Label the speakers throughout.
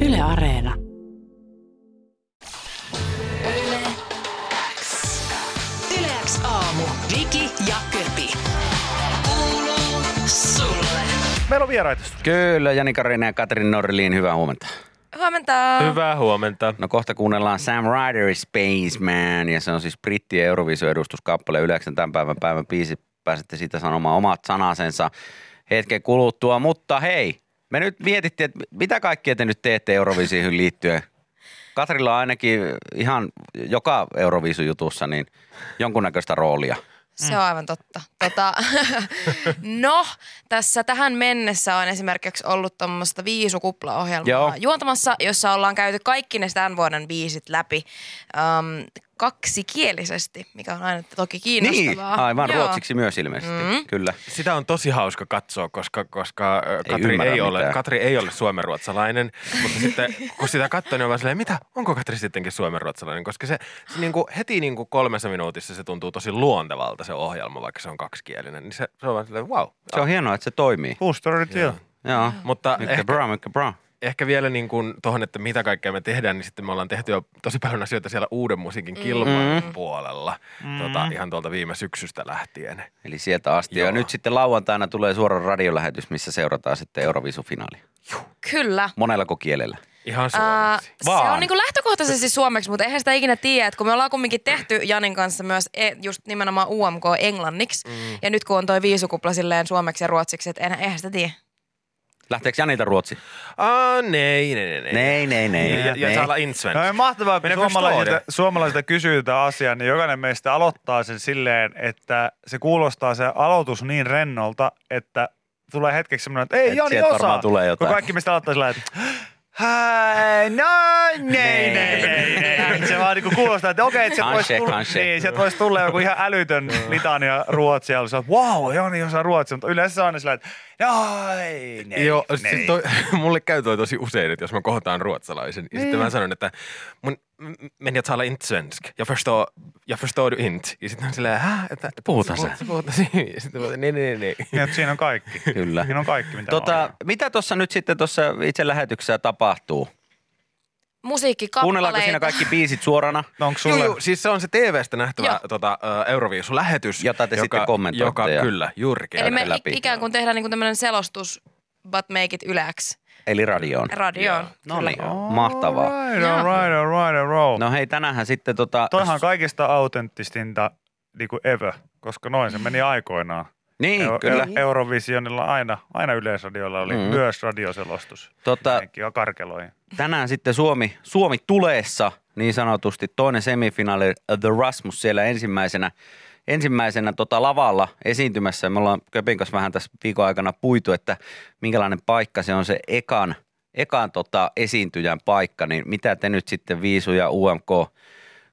Speaker 1: Yle Areena.
Speaker 2: Yleäks aamu. Viki ja Köpi. Kuuluu sulle.
Speaker 3: Meillä on vieraita studiossa.
Speaker 4: Kyllä, Jani Karinen ja Katrin Norlin, hyvää huomenta.
Speaker 5: Huomenta.
Speaker 6: Hyvää huomenta.
Speaker 4: No kohta kuunnellaan Sam Ryder Spaceman ja se on siis brittien Eurovisio-edustuskappale 9 tämän päivän päivän biisi. Pääsette siitä sanomaan omat sanasensa hetken kuluttua, mutta hei, me nyt mietittiin, että mitä kaikkea te nyt teette Eurovisioon liittyen. Katrilla on ainakin ihan joka Eurovisu-jutussa niin jonkunnäköistä roolia.
Speaker 5: Se on aivan totta. Tota, no, tässä tähän mennessä on esimerkiksi ollut tuommoista viisukuplaohjelmaa
Speaker 4: Joo.
Speaker 5: Joo. juontamassa, jossa ollaan käyty kaikki ne tämän vuoden biisit läpi äm, kaksikielisesti, mikä on aina toki
Speaker 4: Niin,
Speaker 5: kiinnostavaa.
Speaker 4: aivan
Speaker 5: Joo.
Speaker 4: ruotsiksi myös ilmeisesti, mm. kyllä.
Speaker 6: Sitä on tosi hauska katsoa, koska, koska ö, Katri,
Speaker 4: ymmärrä
Speaker 6: ei, ole,
Speaker 4: mitään.
Speaker 6: Katri ei ole suomenruotsalainen, mutta sitten kun sitä katsoo, niin on vaan silleen, mitä, onko Katri sittenkin suomenruotsalainen? Koska se, se niinku, heti niinku kolmessa minuutissa se tuntuu tosi luontevalta se ohjelma, vaikka se on kaksikielinen. Niin se, se on vaan silleen, wow.
Speaker 4: Se on hienoa, että se toimii.
Speaker 3: Booster on nyt jo.
Speaker 4: Joo,
Speaker 6: Mutta
Speaker 4: mykkä
Speaker 6: ehkä,
Speaker 4: bra, mykkä bra.
Speaker 6: ehkä vielä niin kuin tuohon, että mitä kaikkea me tehdään, niin sitten me ollaan tehty jo tosi paljon asioita siellä uuden musiikin kilpailun mm. puolella. Tota,
Speaker 3: Mm.
Speaker 6: ihan tuolta viime syksystä lähtien.
Speaker 4: Eli sieltä asti. Joo.
Speaker 6: Joo.
Speaker 4: Ja nyt sitten lauantaina tulee suora radiolähetys, missä seurataan sitten Eurovisu-finaali.
Speaker 5: Kyllä.
Speaker 4: Monellako kielellä?
Speaker 6: Ihan
Speaker 5: Ää,
Speaker 6: suomeksi.
Speaker 5: Se
Speaker 4: Vaan.
Speaker 5: on niinku lähtökohtaisesti suomeksi, mutta eihän sitä ikinä tiedä, että kun me ollaan kumminkin tehty Janin kanssa myös e- just nimenomaan UMK englanniksi, mm. ja nyt kun on toi viisukupla silleen suomeksi ja ruotsiksi, että eihän- eihän sitä tiedä.
Speaker 4: Lähteekö Janilta Ruotsi?
Speaker 6: Ah, nei, nej, nej, nej.
Speaker 4: Nei, nei, nei.
Speaker 6: Ja, ja
Speaker 4: nei.
Speaker 6: täällä Insven.
Speaker 3: No ei mahtavaa, kun
Speaker 6: Mennäänkö
Speaker 3: suomalaisilta,
Speaker 6: Claudia?
Speaker 3: suomalaisilta kysyy tämä asia, niin jokainen meistä aloittaa sen silleen, että se kuulostaa se aloitus niin rennolta, että tulee hetkeksi semmoinen, että ei
Speaker 4: Et
Speaker 3: Et Jani
Speaker 4: sieltä
Speaker 3: osaa.
Speaker 4: varmaan tulee jotain.
Speaker 3: Kun kaikki meistä aloittaa sillä lailla, että Hei, no, nei, nei, nei, nei. Se vaan niinku kuulostaa, että okei, että sieltä voisi
Speaker 4: Handshake,
Speaker 3: tulla,
Speaker 4: handshake.
Speaker 3: niin, sieltä voisi tulla joku ihan älytön litania ruotsia. Se on, wow, Jani osaa ruotsia, mutta yleensä se on aina sillä lailla, että noi, nei,
Speaker 6: Joo,
Speaker 3: nei.
Speaker 6: siis toi, mulle käy toi tosi usein, että jos mä kohtaan ruotsalaisen, ja sitten
Speaker 4: Niin.
Speaker 6: mä sanon, että mun, m- men jag talar inte svensk, jag förstår, jag förstår du inte. Ja sitten on silleen, hä, että
Speaker 4: Puhutaan
Speaker 6: sä. puhut-
Speaker 4: se.
Speaker 6: sä Puhutaan se. Ja sitten mä oon, niin, niin, niin.
Speaker 3: Niin, että siinä on kaikki.
Speaker 4: Kyllä.
Speaker 3: Siinä on kaikki, mitä on.
Speaker 4: Tota, mitä tuossa nyt sitten tuossa itse lähetyksessä tapahtuu? Kuunnellaanko siinä
Speaker 5: Musiikkikappaleita.
Speaker 4: kaikki biisit suorana?
Speaker 3: No onko
Speaker 6: Joo,
Speaker 3: sulle?
Speaker 6: joo, siis se on se TV-stä nähtävä
Speaker 5: Joo.
Speaker 6: tota, ö, Euroviisu-lähetys.
Speaker 4: Jota te sitten kommentoitte
Speaker 6: Joka,
Speaker 4: ja-
Speaker 6: kyllä, juurikin.
Speaker 5: Eli me
Speaker 4: käydä läpi.
Speaker 5: läpi. ikään kuin tehdään niinku tämmöinen selostus, but make it yläksi
Speaker 4: Eli radioon.
Speaker 5: radioon.
Speaker 4: No niin,
Speaker 5: Kyllä.
Speaker 4: mahtavaa.
Speaker 3: All right, all right, all right, all right. No,
Speaker 4: No hei, tänähän sitten tota...
Speaker 3: Toihan on kaikista autenttistinta niinku ever, koska noin se meni aikoinaan.
Speaker 4: Niin,
Speaker 3: Eu-
Speaker 4: kyllä.
Speaker 3: Eu- Eurovisionilla aina, aina yleisradioilla oli
Speaker 4: Mm.
Speaker 3: mm. myös radioselostus.
Speaker 4: Tota,
Speaker 3: Näinkin on karkeloihin.
Speaker 4: tänään sitten Suomi, Suomi tuleessa niin sanotusti toinen semifinaali äh, The Rasmus siellä ensimmäisenä, ensimmäisenä tota lavalla esiintymässä. Me ollaan Köpin kanssa vähän tässä viikon aikana puitu, että minkälainen paikka se on se ekan, ekan tota esiintyjän paikka, niin mitä te nyt sitten Viisu ja UMK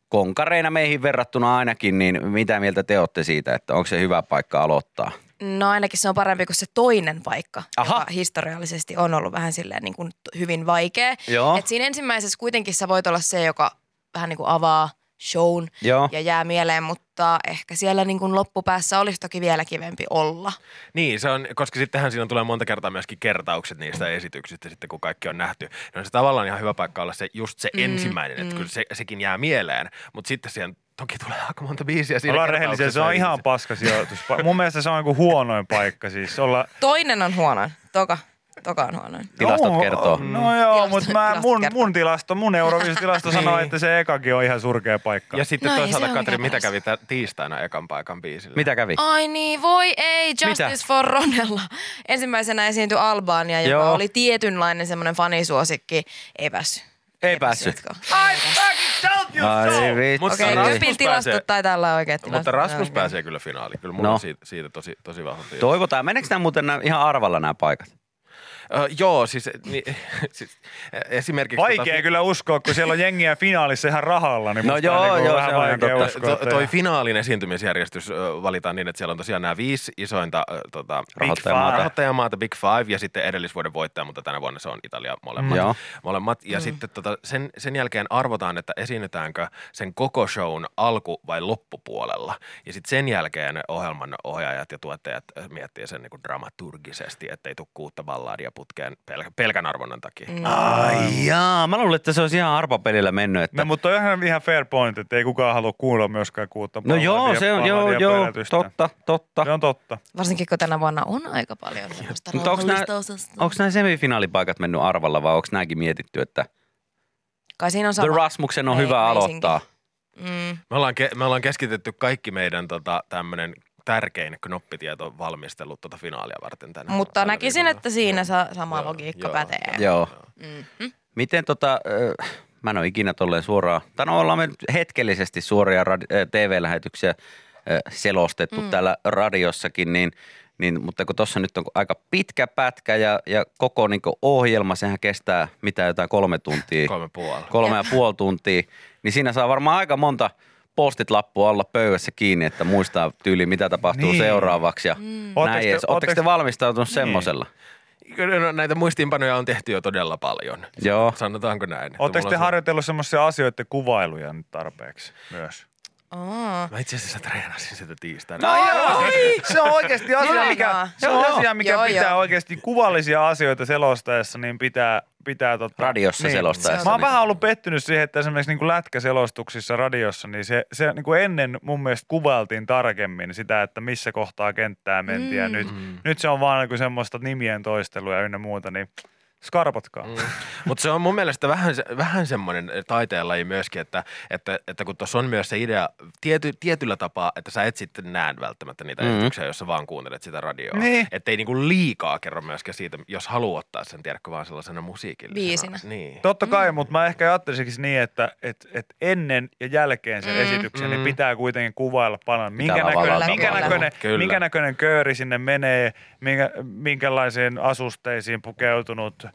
Speaker 4: konkareina meihin verrattuna ainakin, niin mitä mieltä te olette siitä, että onko se hyvä paikka aloittaa?
Speaker 5: No ainakin se on parempi kuin se toinen paikka,
Speaker 4: Aha.
Speaker 5: Aha. joka historiallisesti on ollut vähän silleen niin kuin hyvin vaikea.
Speaker 4: Joo.
Speaker 5: Et siinä ensimmäisessä kuitenkin sä voit olla se, joka vähän niin kuin avaa shown
Speaker 4: Joo.
Speaker 5: ja jää mieleen, mutta ehkä siellä niin kuin loppupäässä olisi toki vielä kivempi olla.
Speaker 6: Niin, se on, koska sittenhän siinä tulee monta kertaa myöskin kertaukset niistä esityksistä sitten, kun kaikki on nähty. No se tavallaan ihan hyvä paikka olla se, just se mm, ensimmäinen, että kyllä se, sekin jää mieleen, mutta sitten siihen toki tulee aika monta biisiä siinä
Speaker 3: Ollaan rehellisiä, se on ihan
Speaker 6: pa-
Speaker 3: paska sijoitus. Pa- Mun mielestä se on niinku huonoin paikka siis. Olla,
Speaker 5: Toinen on huonoin, toka, toka on huonoin.
Speaker 4: Tilastot
Speaker 3: Joo,
Speaker 4: kertoo.
Speaker 3: No joo,
Speaker 5: Tilastot-
Speaker 3: mutta mä,
Speaker 5: tilastot
Speaker 3: mun,
Speaker 5: kertoo.
Speaker 3: mun tilasto, mun Euroviisutilasto sanoo,
Speaker 6: Niin.
Speaker 3: että se ekakin on ihan surkea paikka.
Speaker 6: Ja sitten no
Speaker 5: No ei,
Speaker 6: toisaalta,
Speaker 5: se on
Speaker 6: Katri,
Speaker 5: mikä
Speaker 6: mitä
Speaker 5: tahansa.
Speaker 6: kävi tä- tiistaina ekan paikan biisillä?
Speaker 4: Mitä kävi?
Speaker 5: Ai niin, voi ei, Justice
Speaker 4: Mitä?
Speaker 5: for Ronella. Ensimmäisenä esiintyi Albania, joka
Speaker 4: Joo.
Speaker 5: Joo. oli tietynlainen semmoinen fanisuosikki. Ei päässyt.
Speaker 4: Ei päässyt.
Speaker 5: jatkoon.
Speaker 4: Ai vitsi.
Speaker 6: Mutta
Speaker 5: Okei, okay,
Speaker 6: Rasmus
Speaker 5: Köpin
Speaker 6: pääsee-
Speaker 5: tilastot taitaa olla oikeat tilastot.
Speaker 6: Mutta Rasmus
Speaker 5: no, Joo,
Speaker 6: pääsee kyllä finaaliin. Kyllä mulla
Speaker 4: No.
Speaker 6: no. on siitä, siitä tosi, tosi vahva fiilis.
Speaker 4: Toivotaan. Meneekö nämä muuten nää, ihan arvalla nämä paikat?
Speaker 6: Ö, joo, siis, ni, siis äh, esimerkiksi...
Speaker 3: Vaikea kyllä uskoa, kun siellä on jengiä finaalissa ihan rahalla, niin
Speaker 4: No
Speaker 3: musta
Speaker 4: joo,
Speaker 3: on niinku
Speaker 4: joo,
Speaker 3: vähän
Speaker 4: se on ihan
Speaker 3: vaikea
Speaker 4: totta.
Speaker 3: uskoa.
Speaker 6: tota, To,
Speaker 3: että-
Speaker 6: toi finaalin esiintymisjärjestys ö, valitaan niin, että siellä on tosiaan nämä viisi isointa ö, tota,
Speaker 4: Rahoittajamaata.
Speaker 6: Big Five- rahoittajamaata, Big Five ja sitten edellisvuoden voittaja, mutta tänä vuonna se on Italia molemmat.
Speaker 4: Joo.
Speaker 6: molemmat. Ja sitten tota, sen, sen jälkeen arvotaan, että esiinnytäänkö sen koko shown alku- vai loppupuolella. Ja sitten sen jälkeen ohjelman ohjaajat ja tuottajat ö, miettii sen niin dramaturgisesti, ettei tule kuutta balladia putkeen pel- pelkän arvonnan takia. Mm.
Speaker 4: Ai jaa, mä luulen, että se olisi ihan arpapelillä mennyt. Että...
Speaker 3: No, mutta on ihan, ihan fair point, että ei kukaan halua kuulla myöskään kuutta
Speaker 4: No joo,
Speaker 3: Palladian-
Speaker 4: se on, joo,
Speaker 3: Palladian
Speaker 4: joo,
Speaker 3: pelätystä.
Speaker 4: totta, totta.
Speaker 3: Se on totta.
Speaker 5: Varsinkin kun tänä vuonna on aika paljon semmoista
Speaker 4: Mutta onks nää-
Speaker 5: rauhallista osasta.
Speaker 4: Onko nämä semifinaalipaikat mennyt arvalla vai onko nämäkin mietitty, että
Speaker 5: Kai siinä on
Speaker 4: The
Speaker 5: sama.
Speaker 4: Rasmuksen on
Speaker 5: Ei,
Speaker 4: hyvä
Speaker 5: meisinkin.
Speaker 4: aloittaa?
Speaker 5: Mm.
Speaker 6: Me, ollaan ke- me ollaan keskitetty kaikki meidän tota, tämmöinen tärkein knoppitieto valmistelu tota finaalia varten tänään.
Speaker 5: Mutta näkisin, että siinä sa- sama logiikka pätee.
Speaker 4: Joo.
Speaker 5: Mm.
Speaker 4: Miten tota, äh, mä en ole ikinä tolleen suoraan, tai no ollaan me nyt hetkellisesti suoria radi- äh, TV-lähetyksiä äh, selostettu mm. täällä radiossakin, niin, niin, mutta kun tuossa nyt on aika pitkä pätkä ja, ja koko niin ohjelma, sehän kestää mitä jotain kolme tuntia,
Speaker 6: Kolme puoli.
Speaker 4: kolme ja puoli tuntia, niin siinä saa varmaan aika monta postit-lappua olla pöydässä kiinni, että muistaa tyyli, mitä tapahtuu
Speaker 3: Niin.
Speaker 4: niin. seuraavaksi ja mm.
Speaker 3: Ootteks
Speaker 4: näin
Speaker 3: te-
Speaker 4: edes. Ootteko te
Speaker 3: ootteks-
Speaker 4: valmistautunut semmoisella?
Speaker 6: Kyllä, no, näitä muistiinpanoja on tehty jo todella paljon.
Speaker 4: Joo.
Speaker 6: Sanotaanko näin?
Speaker 3: Oletteko
Speaker 6: Mulla
Speaker 3: te
Speaker 6: on se-
Speaker 3: harjoitellut semmoisia asioiden kuvailuja nyt tarpeeksi myös?
Speaker 5: Oh.
Speaker 6: Mä itse asiassa treenasin sitä tiistaina.
Speaker 4: No joo!
Speaker 3: Se on oikeasti asia,
Speaker 5: Joo,
Speaker 3: mikä,
Speaker 5: joo.
Speaker 3: se on
Speaker 5: Joo,
Speaker 3: asia, mikä
Speaker 5: joo,
Speaker 3: pitää
Speaker 5: joo.
Speaker 3: oikeasti kuvallisia asioita selostaessa, niin pitää, pitää tota,
Speaker 4: Radiossa
Speaker 3: niin.
Speaker 4: selostaessa,
Speaker 3: Mä oon
Speaker 4: niin.
Speaker 3: vähän ollut pettynyt siihen, että esimerkiksi niin kuin lätkäselostuksissa radiossa, niin se, se niin kuin ennen mun mielestä kuvailtiin tarkemmin sitä, että missä kohtaa kenttää mentiin. Ja
Speaker 5: Mm.
Speaker 3: nyt, nyt se on vaan niin kuin semmoista nimien toistelua ja ynnä muuta, niin skarpatkaa. Mm.
Speaker 6: Mutta se on mun mielestä vähän, se- vähän semmoinen taiteenlaji myöskin, että, että, että kun tuossa on myös se idea tiety, tietyllä tapaa, että sä et sitten näe välttämättä niitä
Speaker 4: Mhm.
Speaker 6: mm-hmm. esityksiä, jos sä vaan kuuntelet sitä radioa.
Speaker 3: Mm. Niin.
Speaker 6: Että ei niinku liikaa kerro myöskään siitä, jos haluaa ottaa sen, tiedätkö, vaan sellaisena musiikillisena.
Speaker 5: Biisinä.
Speaker 6: Niin.
Speaker 3: Totta kai, mm. mutta mä ehkä ajattelisinkin niin, että et, et ennen ja jälkeen sen
Speaker 5: Mm.
Speaker 3: mm. esityksen niin
Speaker 6: Mm.
Speaker 3: pitää kuitenkin kuvailla paljon, minkä
Speaker 4: vaan
Speaker 3: näköinen,
Speaker 5: valata
Speaker 3: minkä,
Speaker 5: paljon.
Speaker 3: näköinen,
Speaker 6: Kyllä.
Speaker 3: minkä näköinen kööri sinne menee, minkä, minkälaisiin asusteisiin pukeutunut,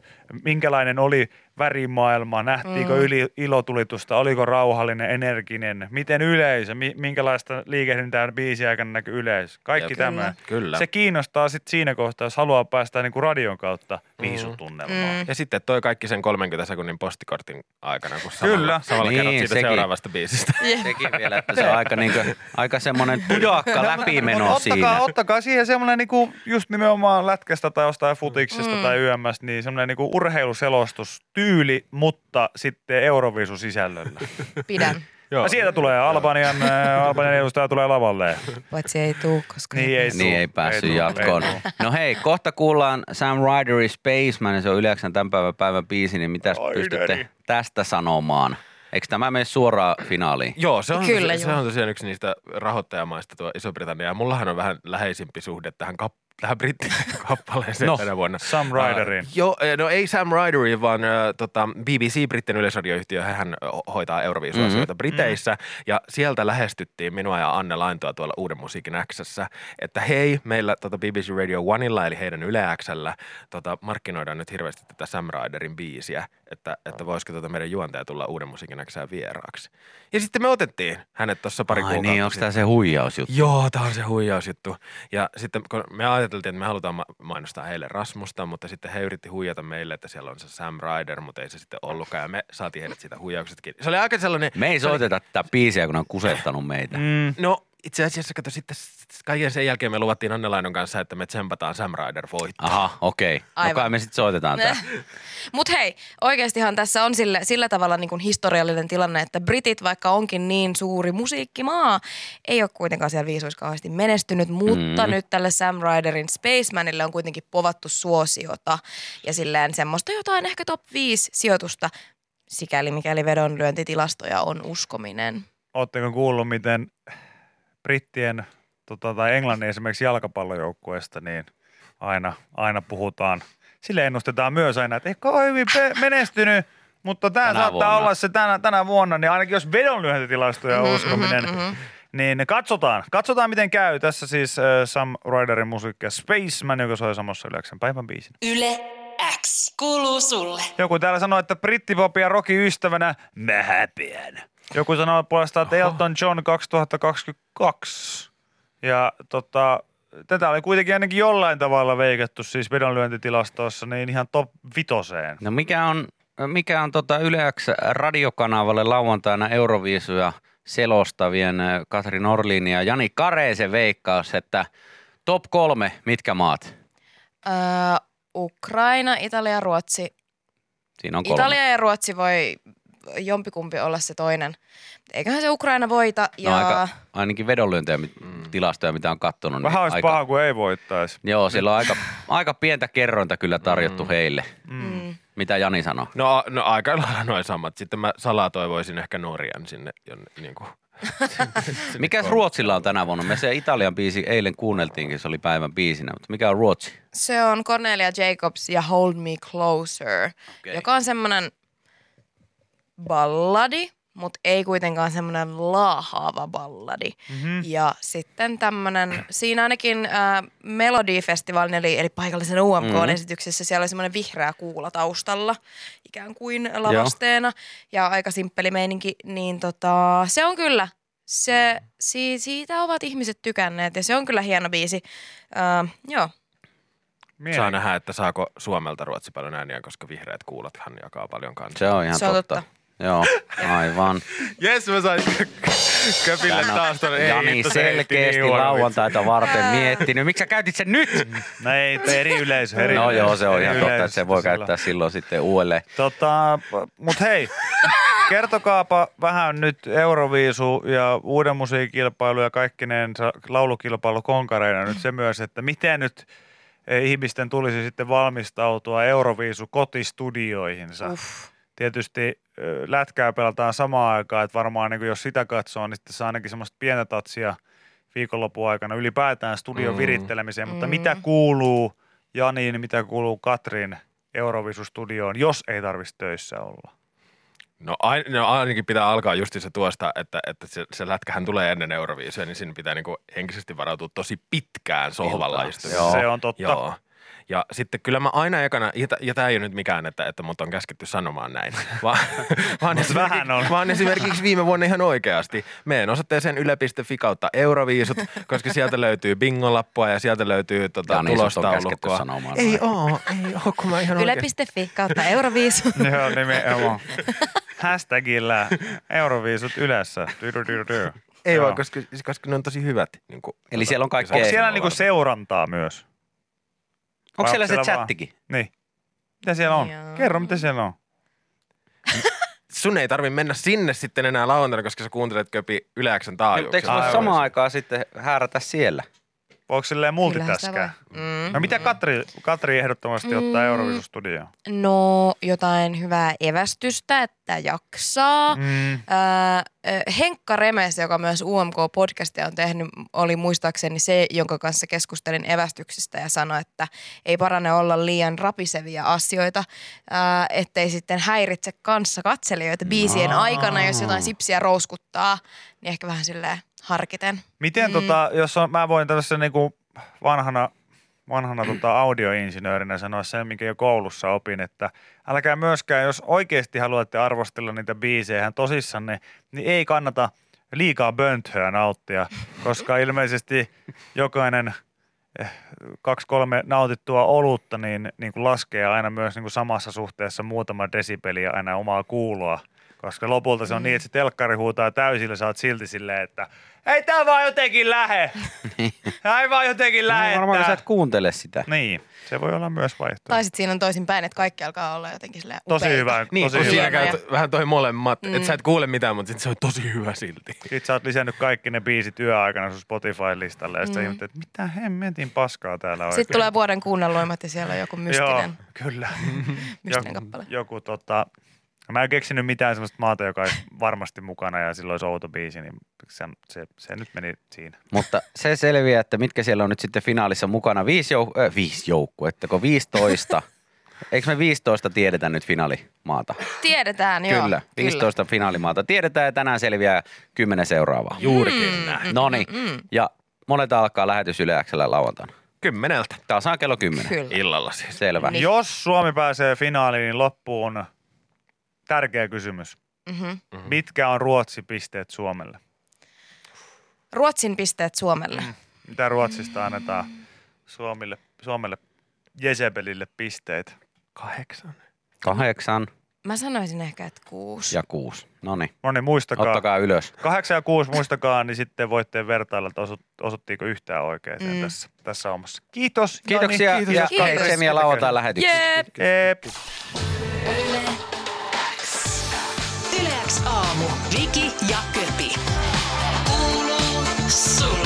Speaker 3: minkälainen oli värimaailma, nähtiinkö mm. yli, ilotulitusta, oliko rauhallinen, energinen, miten yleisö, mi, minkälaista liikehdintää biisin aikana näkyy yleisö, kaikki
Speaker 6: Jep.
Speaker 3: tämä.
Speaker 6: Kyllä.
Speaker 3: Se kiinnostaa sitten siinä kohtaa, jos haluaa päästä niinku radion kautta
Speaker 6: Mm.
Speaker 3: viisutunnelmaan.
Speaker 5: Mm.
Speaker 6: Ja sitten toi kaikki sen 30 sekunnin postikortin aikana, kun samalla,
Speaker 3: Kyllä.
Speaker 6: samalla
Speaker 4: Niin,
Speaker 6: niin, kerrot siitä
Speaker 4: sekin.
Speaker 6: sekin. seuraavasta biisistä.
Speaker 4: Sekin vielä, että se on aika, niinkö, aika semmoinen tujakka
Speaker 3: Mut
Speaker 4: läpimeno
Speaker 3: no, ottakaa,
Speaker 4: siinä.
Speaker 3: Ottakaa siihen semmoinen niinku, just nimenomaan lätkästä tai jostain futiksesta mm. tai YMS, niin semmoinen niinku urheiluselostustyyli, mutta sitten Euroviisu sisällöllä.
Speaker 5: Pidän.
Speaker 3: Ja sieltä tulee Albanian, ää, Albanian edustaja tulee lavalle.
Speaker 5: Paitsi ei tuu, koska...
Speaker 3: Niin ei, tuu,
Speaker 4: Niin ei päässyt
Speaker 3: tuu,
Speaker 4: jatkoon.
Speaker 3: ei tuu.
Speaker 4: No hei, kohta kuullaan Sam Riderin Spaceman, se on yleensä tämän päivän päivän biisi, niin mitä
Speaker 3: Rideri.
Speaker 4: pystytte tästä sanomaan? Eikö tämä mene suoraan finaaliin?
Speaker 6: Joo, se on,
Speaker 5: Kyllä,
Speaker 6: Kyllä, se,
Speaker 5: joo.
Speaker 6: on tosiaan yksi niistä rahoittajamaista tuo Iso-Britannia. Ja mullahan on vähän läheisempi suhde tähän, kap- tähän brittikappaleeseen
Speaker 3: No,
Speaker 6: tänä vuonna.
Speaker 3: Sam Ryderiin.
Speaker 6: Äh, joo, eh, no ei Sam Ryderiin, vaan äh, tota, BBC, Britten yleisradioyhtiö, hän hoitaa euroviisuasioita
Speaker 4: Mhm.
Speaker 6: mm-hmm. Briteissä. Ja sieltä lähestyttiin minua ja Anne Laintoa tuolla Uuden musiikin Xssä, että hei, meillä tota BBC Radio Oneilla, eli heidän Yle Xllä, tota, markkinoidaan nyt hirveästi tätä Sam Ryderin biisiä, että, että voisiko tota meidän juontaja tulla Uuden musiikin Xään vieraaksi. Ja sitten me otettiin hänet tuossa pari
Speaker 4: Ai
Speaker 6: kuukautta
Speaker 4: niin, onko
Speaker 6: sitten.
Speaker 4: tämä se huijausjuttu?
Speaker 6: Joo, tämä on se huijausjuttu. Ja sitten kun me ajateltiin, että me halutaan ma- mainostaa heille Rasmusta, mutta sitten he yritti huijata meille, että siellä on se Sam Ryder, mutta ei se sitten ollutkaan. Ja me saatiin heidät siitä huijauksetkin. Se oli aika sellainen...
Speaker 4: Me ei
Speaker 6: se oli-
Speaker 4: soiteta tätä biisiä, kun ne on kusettanut meitä.
Speaker 3: Mm.
Speaker 6: No itse asiassa, kato sitten s- s- kaiken sen jälkeen me luvattiin Anne Lainon kanssa, että me tsempataan Sam Ryder voittaa.
Speaker 4: Aha, okei. Okay. No
Speaker 5: Aivan.
Speaker 4: kai me sitten soitetaan tämä.
Speaker 5: Mutta hei, oikeastihan tässä on sille, sillä tavalla niin kuin historiallinen tilanne, että Britit, vaikka onkin niin suuri musiikkimaa, ei ole kuitenkaan siellä viisuissa kauheasti menestynyt, mutta
Speaker 4: Mm.
Speaker 5: mm. nyt tälle Sam Ryderin Spacemanille on kuitenkin povattu suosiota ja silleen semmoista jotain ehkä top 5 sijoitusta, sikäli mikäli vedonlyöntitilastoja on uskominen.
Speaker 3: Ootteko kuullut, miten brittien tota, tai englannin esimerkiksi jalkapallojoukkueesta niin aina, aina puhutaan. Sille ennustetaan myös aina, että ehkä on hyvin pe- menestynyt, mutta tämä
Speaker 4: Tänä
Speaker 3: saattaa
Speaker 4: vuonna.
Speaker 3: olla se tänä, tänä vuonna, niin ainakin jos vedonlyöntitilastoja mm-hmm, uskominen, mm-hmm. niin katsotaan. Katsotaan, miten käy. Tässä siis äh, Sam Ryderin musiikkia Spaceman, joka soi samassa yleensä päivän biisin.
Speaker 2: Yle X. Kuuluu sulle.
Speaker 3: Joku täällä sanoi, että brittipop ja rocky ystävänä mä häpeän. Joku sanoi puolestaan, että Elton John 2022. Ja tota, tätä oli kuitenkin ainakin jollain tavalla veikattu siis vedonlyöntitilastoissa niin ihan top vitoseen.
Speaker 4: No mikä on, mikä on tota yleäksi radiokanavalle lauantaina Euroviisuja selostavien ö, Katri Norlin ja Jani Kareisen veikkaus, että top kolme, mitkä maat?
Speaker 5: Öö, Ukraina, Italia, Ruotsi.
Speaker 4: Siinä on kolme.
Speaker 5: Italia ja Ruotsi voi jompikumpi olla se toinen. Eiköhän se Ukraina voita. Ja...
Speaker 4: No aika, ainakin vedonlyöntejä, mit- tilastoja, mitä on katsonut.
Speaker 3: Mm. Vähän
Speaker 4: niin
Speaker 3: olisi
Speaker 4: aika,
Speaker 3: paha, kun ei voittaisi.
Speaker 4: Joo, sillä on aika, aika pientä kerrointa kyllä tarjottu mm. heille.
Speaker 5: Mm.
Speaker 4: Mitä Jani sanoo?
Speaker 6: No, a- no aika lailla noin samat. Sitten mä salaa toivoisin ehkä Norjan sinne. jonne- Niin kuin,
Speaker 4: Mikäs Ruotsilla on tänä vuonna? Me se Italian biisi eilen kuunneltiinkin, se oli päivän biisinä, mutta mikä on Ruotsi?
Speaker 5: Se on Cornelia Jacobs ja Hold Me Closer, okay. joka on semmoinen balladi, mutta ei kuitenkaan semmoinen laahaava balladi. Mm-hmm. Ja sitten tämmöinen, siinä ainakin äh, Melodifestivaalin eli, eli paikallisen UMK-esityksessä siellä oli semmoinen vihreä kuula taustalla ikään kuin lavasteena ja aika simppeli meininki, niin tota, se on kyllä, se, si, siitä ovat ihmiset tykänneet ja se on kyllä hieno biisi. Äh, joo.
Speaker 6: saa nähdä, että saako Suomelta Ruotsi paljon ääniä, koska vihreät kuulathan jakaa paljon kansaa.
Speaker 4: Se on ihan
Speaker 5: Se on
Speaker 4: totta.
Speaker 5: totta.
Speaker 4: Joo, aivan.
Speaker 6: Jes, mä sain köpille taas ton. Ei,
Speaker 4: Jani
Speaker 6: hitto, se heitti
Speaker 4: selkeästi
Speaker 6: niin huono vitsi.
Speaker 4: lauantaita varten miettinyt. Miksi sä käytit sen nyt?
Speaker 3: No ei, te eri yleisö. Eri
Speaker 4: No
Speaker 3: yleisö,
Speaker 4: joo, se on
Speaker 3: eri
Speaker 4: ihan totta,
Speaker 3: yleisö
Speaker 4: että se voi
Speaker 3: silloin.
Speaker 4: käyttää silloin sitten uudelleen.
Speaker 3: Tota, mut hei, kertokaapa vähän nyt Euroviisu ja uuden musiikkilpailu ja kaikkineen laulukilpailu konkareina nyt se myös, että miten nyt eh, ihmisten tulisi sitten valmistautua Euroviisu kotistudioihinsa. Uff. Tietysti ö, lätkää pelataan samaan aikaan, että varmaan niin jos sitä katsoo, niin sitten saa ainakin semmoista pientä tatsia viikonlopun aikana ylipäätään studion
Speaker 6: Mm.
Speaker 3: mm. virittelemiseen. Mutta
Speaker 5: Mm.
Speaker 3: mm. mitä kuuluu Janiin, mitä kuuluu Katrin Euroviisustudioon, jos ei tarvitse töissä olla?
Speaker 6: No, ain, no ainakin pitää alkaa justi se tuosta, että, että se, se lätkähän tulee ennen Euroviisua, niin sinne pitää niinku henkisesti varautua tosi pitkään sohvalla
Speaker 4: Iltaan.
Speaker 6: istumiseen.
Speaker 4: Joo.
Speaker 3: Se on totta.
Speaker 6: Joo. Ja sitten kyllä mä aina ekana, ja tä- ja tämä ei ole nyt mikään, että, että mut on käsketty sanomaan näin, vaan, vaan,
Speaker 3: Mut vähän on.
Speaker 6: vaan esimerkiksi viime vuonna ihan oikeasti. Meen osoitteeseen yle.fi kautta euroviisut, koska sieltä löytyy bingolappua ja sieltä löytyy tota,
Speaker 4: Jani, sut on käsketty
Speaker 6: tulostaulukkoa.
Speaker 4: sanomaan
Speaker 6: Ei
Speaker 4: näin.
Speaker 6: oo, ei oo, kun mä ihan oikeasti.
Speaker 5: Yle.fi kautta euroviisu.
Speaker 3: Joo, nimenomaan. Hashtagillä Euroviisut yleensä.
Speaker 6: Ei
Speaker 3: Joo.
Speaker 6: vaan, koska, siis koska ne on tosi hyvät. Niin kuin,
Speaker 4: Eli siellä on kaikkea.
Speaker 3: Onko siellä niinku seurantaa myös?
Speaker 4: Onko siellä se
Speaker 3: siellä vaan-
Speaker 4: chattikin?
Speaker 3: Niin. Mitä siellä on?
Speaker 5: Joo.
Speaker 3: Kerro, mitä siellä on.
Speaker 6: Sun ei tarvi mennä sinne sitten enää lauantaina, koska sä kuuntelet köpi yläksän
Speaker 4: Niin, mutta
Speaker 6: taajuuksia.
Speaker 4: eikö voi
Speaker 3: Aivan.
Speaker 4: samaan aikaan sitten häärätä siellä?
Speaker 3: Voiko silleen multitaskää?
Speaker 5: Mm.
Speaker 3: No mitä Katri, Katri ehdottomasti ottaa
Speaker 5: Mm.
Speaker 3: Euroviisustudioon?
Speaker 5: No jotain hyvää evästystä, että jaksaa. Mm.
Speaker 3: Mm.
Speaker 5: Henkka Remes, joka myös UMK-podcastia on tehnyt, oli muistaakseni se, jonka kanssa keskustelin evästyksistä ja sanoi, että ei parane olla liian rapisevia asioita, ää, ettei sitten häiritse kanssa katselijoita biisien
Speaker 3: No.
Speaker 4: Aa.
Speaker 5: aikana, jos jotain sipsiä rouskuttaa, niin ehkä vähän silleen harkiten.
Speaker 3: Miten
Speaker 5: Mm.
Speaker 3: tota, jos on, mä voin tällaisen niinku vanhana, vanhana tota audioinsinöörinä sanoa sen, minkä jo koulussa opin, että älkää myöskään, jos oikeasti haluatte arvostella niitä biisejä ihan tosissanne, niin ei kannata liikaa bönthöä nauttia, koska ilmeisesti jokainen eh, kaksi-kolme nautittua olutta niin, niin kuin laskee aina myös niin kuin samassa suhteessa muutama desibeliä aina omaa kuuloa. Koska lopulta
Speaker 4: Mm.
Speaker 3: se on niin, että se telkkari huutaa täysillä, sä oot silti silleen, että ei tää vaan jotenkin lähe. Ei vaan jotenkin
Speaker 4: No, Varmaan sä
Speaker 3: lähettää.
Speaker 4: et kuuntele sitä.
Speaker 6: No.
Speaker 3: Niin, se voi olla myös vaihtoehto.
Speaker 5: Tai sitten siinä on toisin päin, että kaikki alkaa olla jotenkin silleen
Speaker 3: Tosi
Speaker 5: upeita.
Speaker 3: hyvä,
Speaker 6: Niin,
Speaker 3: tosi
Speaker 6: kun
Speaker 3: hyvä.
Speaker 6: siinä käy
Speaker 5: Ja-
Speaker 6: t- vähän toi molemmat, mm. että sä et kuule mitään, mutta sit se on tosi hyvä silti.
Speaker 3: Sitten sä oot lisännyt kaikki ne biisit työaikana sun Spotify-listalle ja sitten mm. että mitä hemmetin paskaa täällä oikein.
Speaker 5: Sitten tulee vuoden kuunnelluimmat ja siellä on joku mystinen,
Speaker 3: Joo, kyllä.
Speaker 5: mystinen
Speaker 3: joku,
Speaker 5: kappale.
Speaker 3: joku tota, mä en keksinyt mitään sellaista maata, joka olisi varmasti mukana ja silloin olisi outo biisi, niin se, se, se nyt meni siinä.
Speaker 4: Mutta se selviää, että mitkä siellä on nyt sitten finaalissa mukana. Viisi, jou- äh, viisi joukkuetta, kun 15. Eikö me 15 tiedetä nyt finaalimaata?
Speaker 5: Tiedetään, joo.
Speaker 4: kyllä, 15 finaalimaata. Tiedetään ja tänään selviää 10 seuraavaa.
Speaker 6: Juurikin mm. näin.
Speaker 4: No niin, ja monet alkaa lähetys Yle Xllä lauantaina.
Speaker 6: Kymmeneltä.
Speaker 4: Taas on kello 10.
Speaker 5: Kyllä. kyllä.
Speaker 6: Illalla siis.
Speaker 4: Selvä.
Speaker 3: Niin. Jos Suomi pääsee finaaliin, niin loppuun tärkeä kysymys.
Speaker 5: Mm-hmm.
Speaker 3: Mm-hmm. Mitkä on Ruotsi-pisteet Suomelle?
Speaker 5: Ruotsin pisteet Suomelle.
Speaker 3: Mm. Mitä Ruotsista annetaan Suomille, Suomelle Jezebelille pisteet?
Speaker 6: Kahdeksan.
Speaker 4: Kahdeksan.
Speaker 5: Mä sanoisin ehkä, että kuusi.
Speaker 4: ja kuusi. No niin,
Speaker 3: No niin, muistakaa.
Speaker 4: ottakaa ylös.
Speaker 3: Kahdeksan ja kuusi muistakaa, niin sitten voitte vertailla, että osu, osuttiinko yhtään oikein mm. tässä, tässä omassa. Kiitos.
Speaker 4: Kiitoksia
Speaker 3: Jani,
Speaker 4: ja
Speaker 5: Kiitos.
Speaker 4: hei, Semiä lauantain lähetyksessä.
Speaker 5: Jep.
Speaker 3: Eep.
Speaker 2: Yle X. Yle X aamu. Viki ja Köpi. Kuuluu sulle.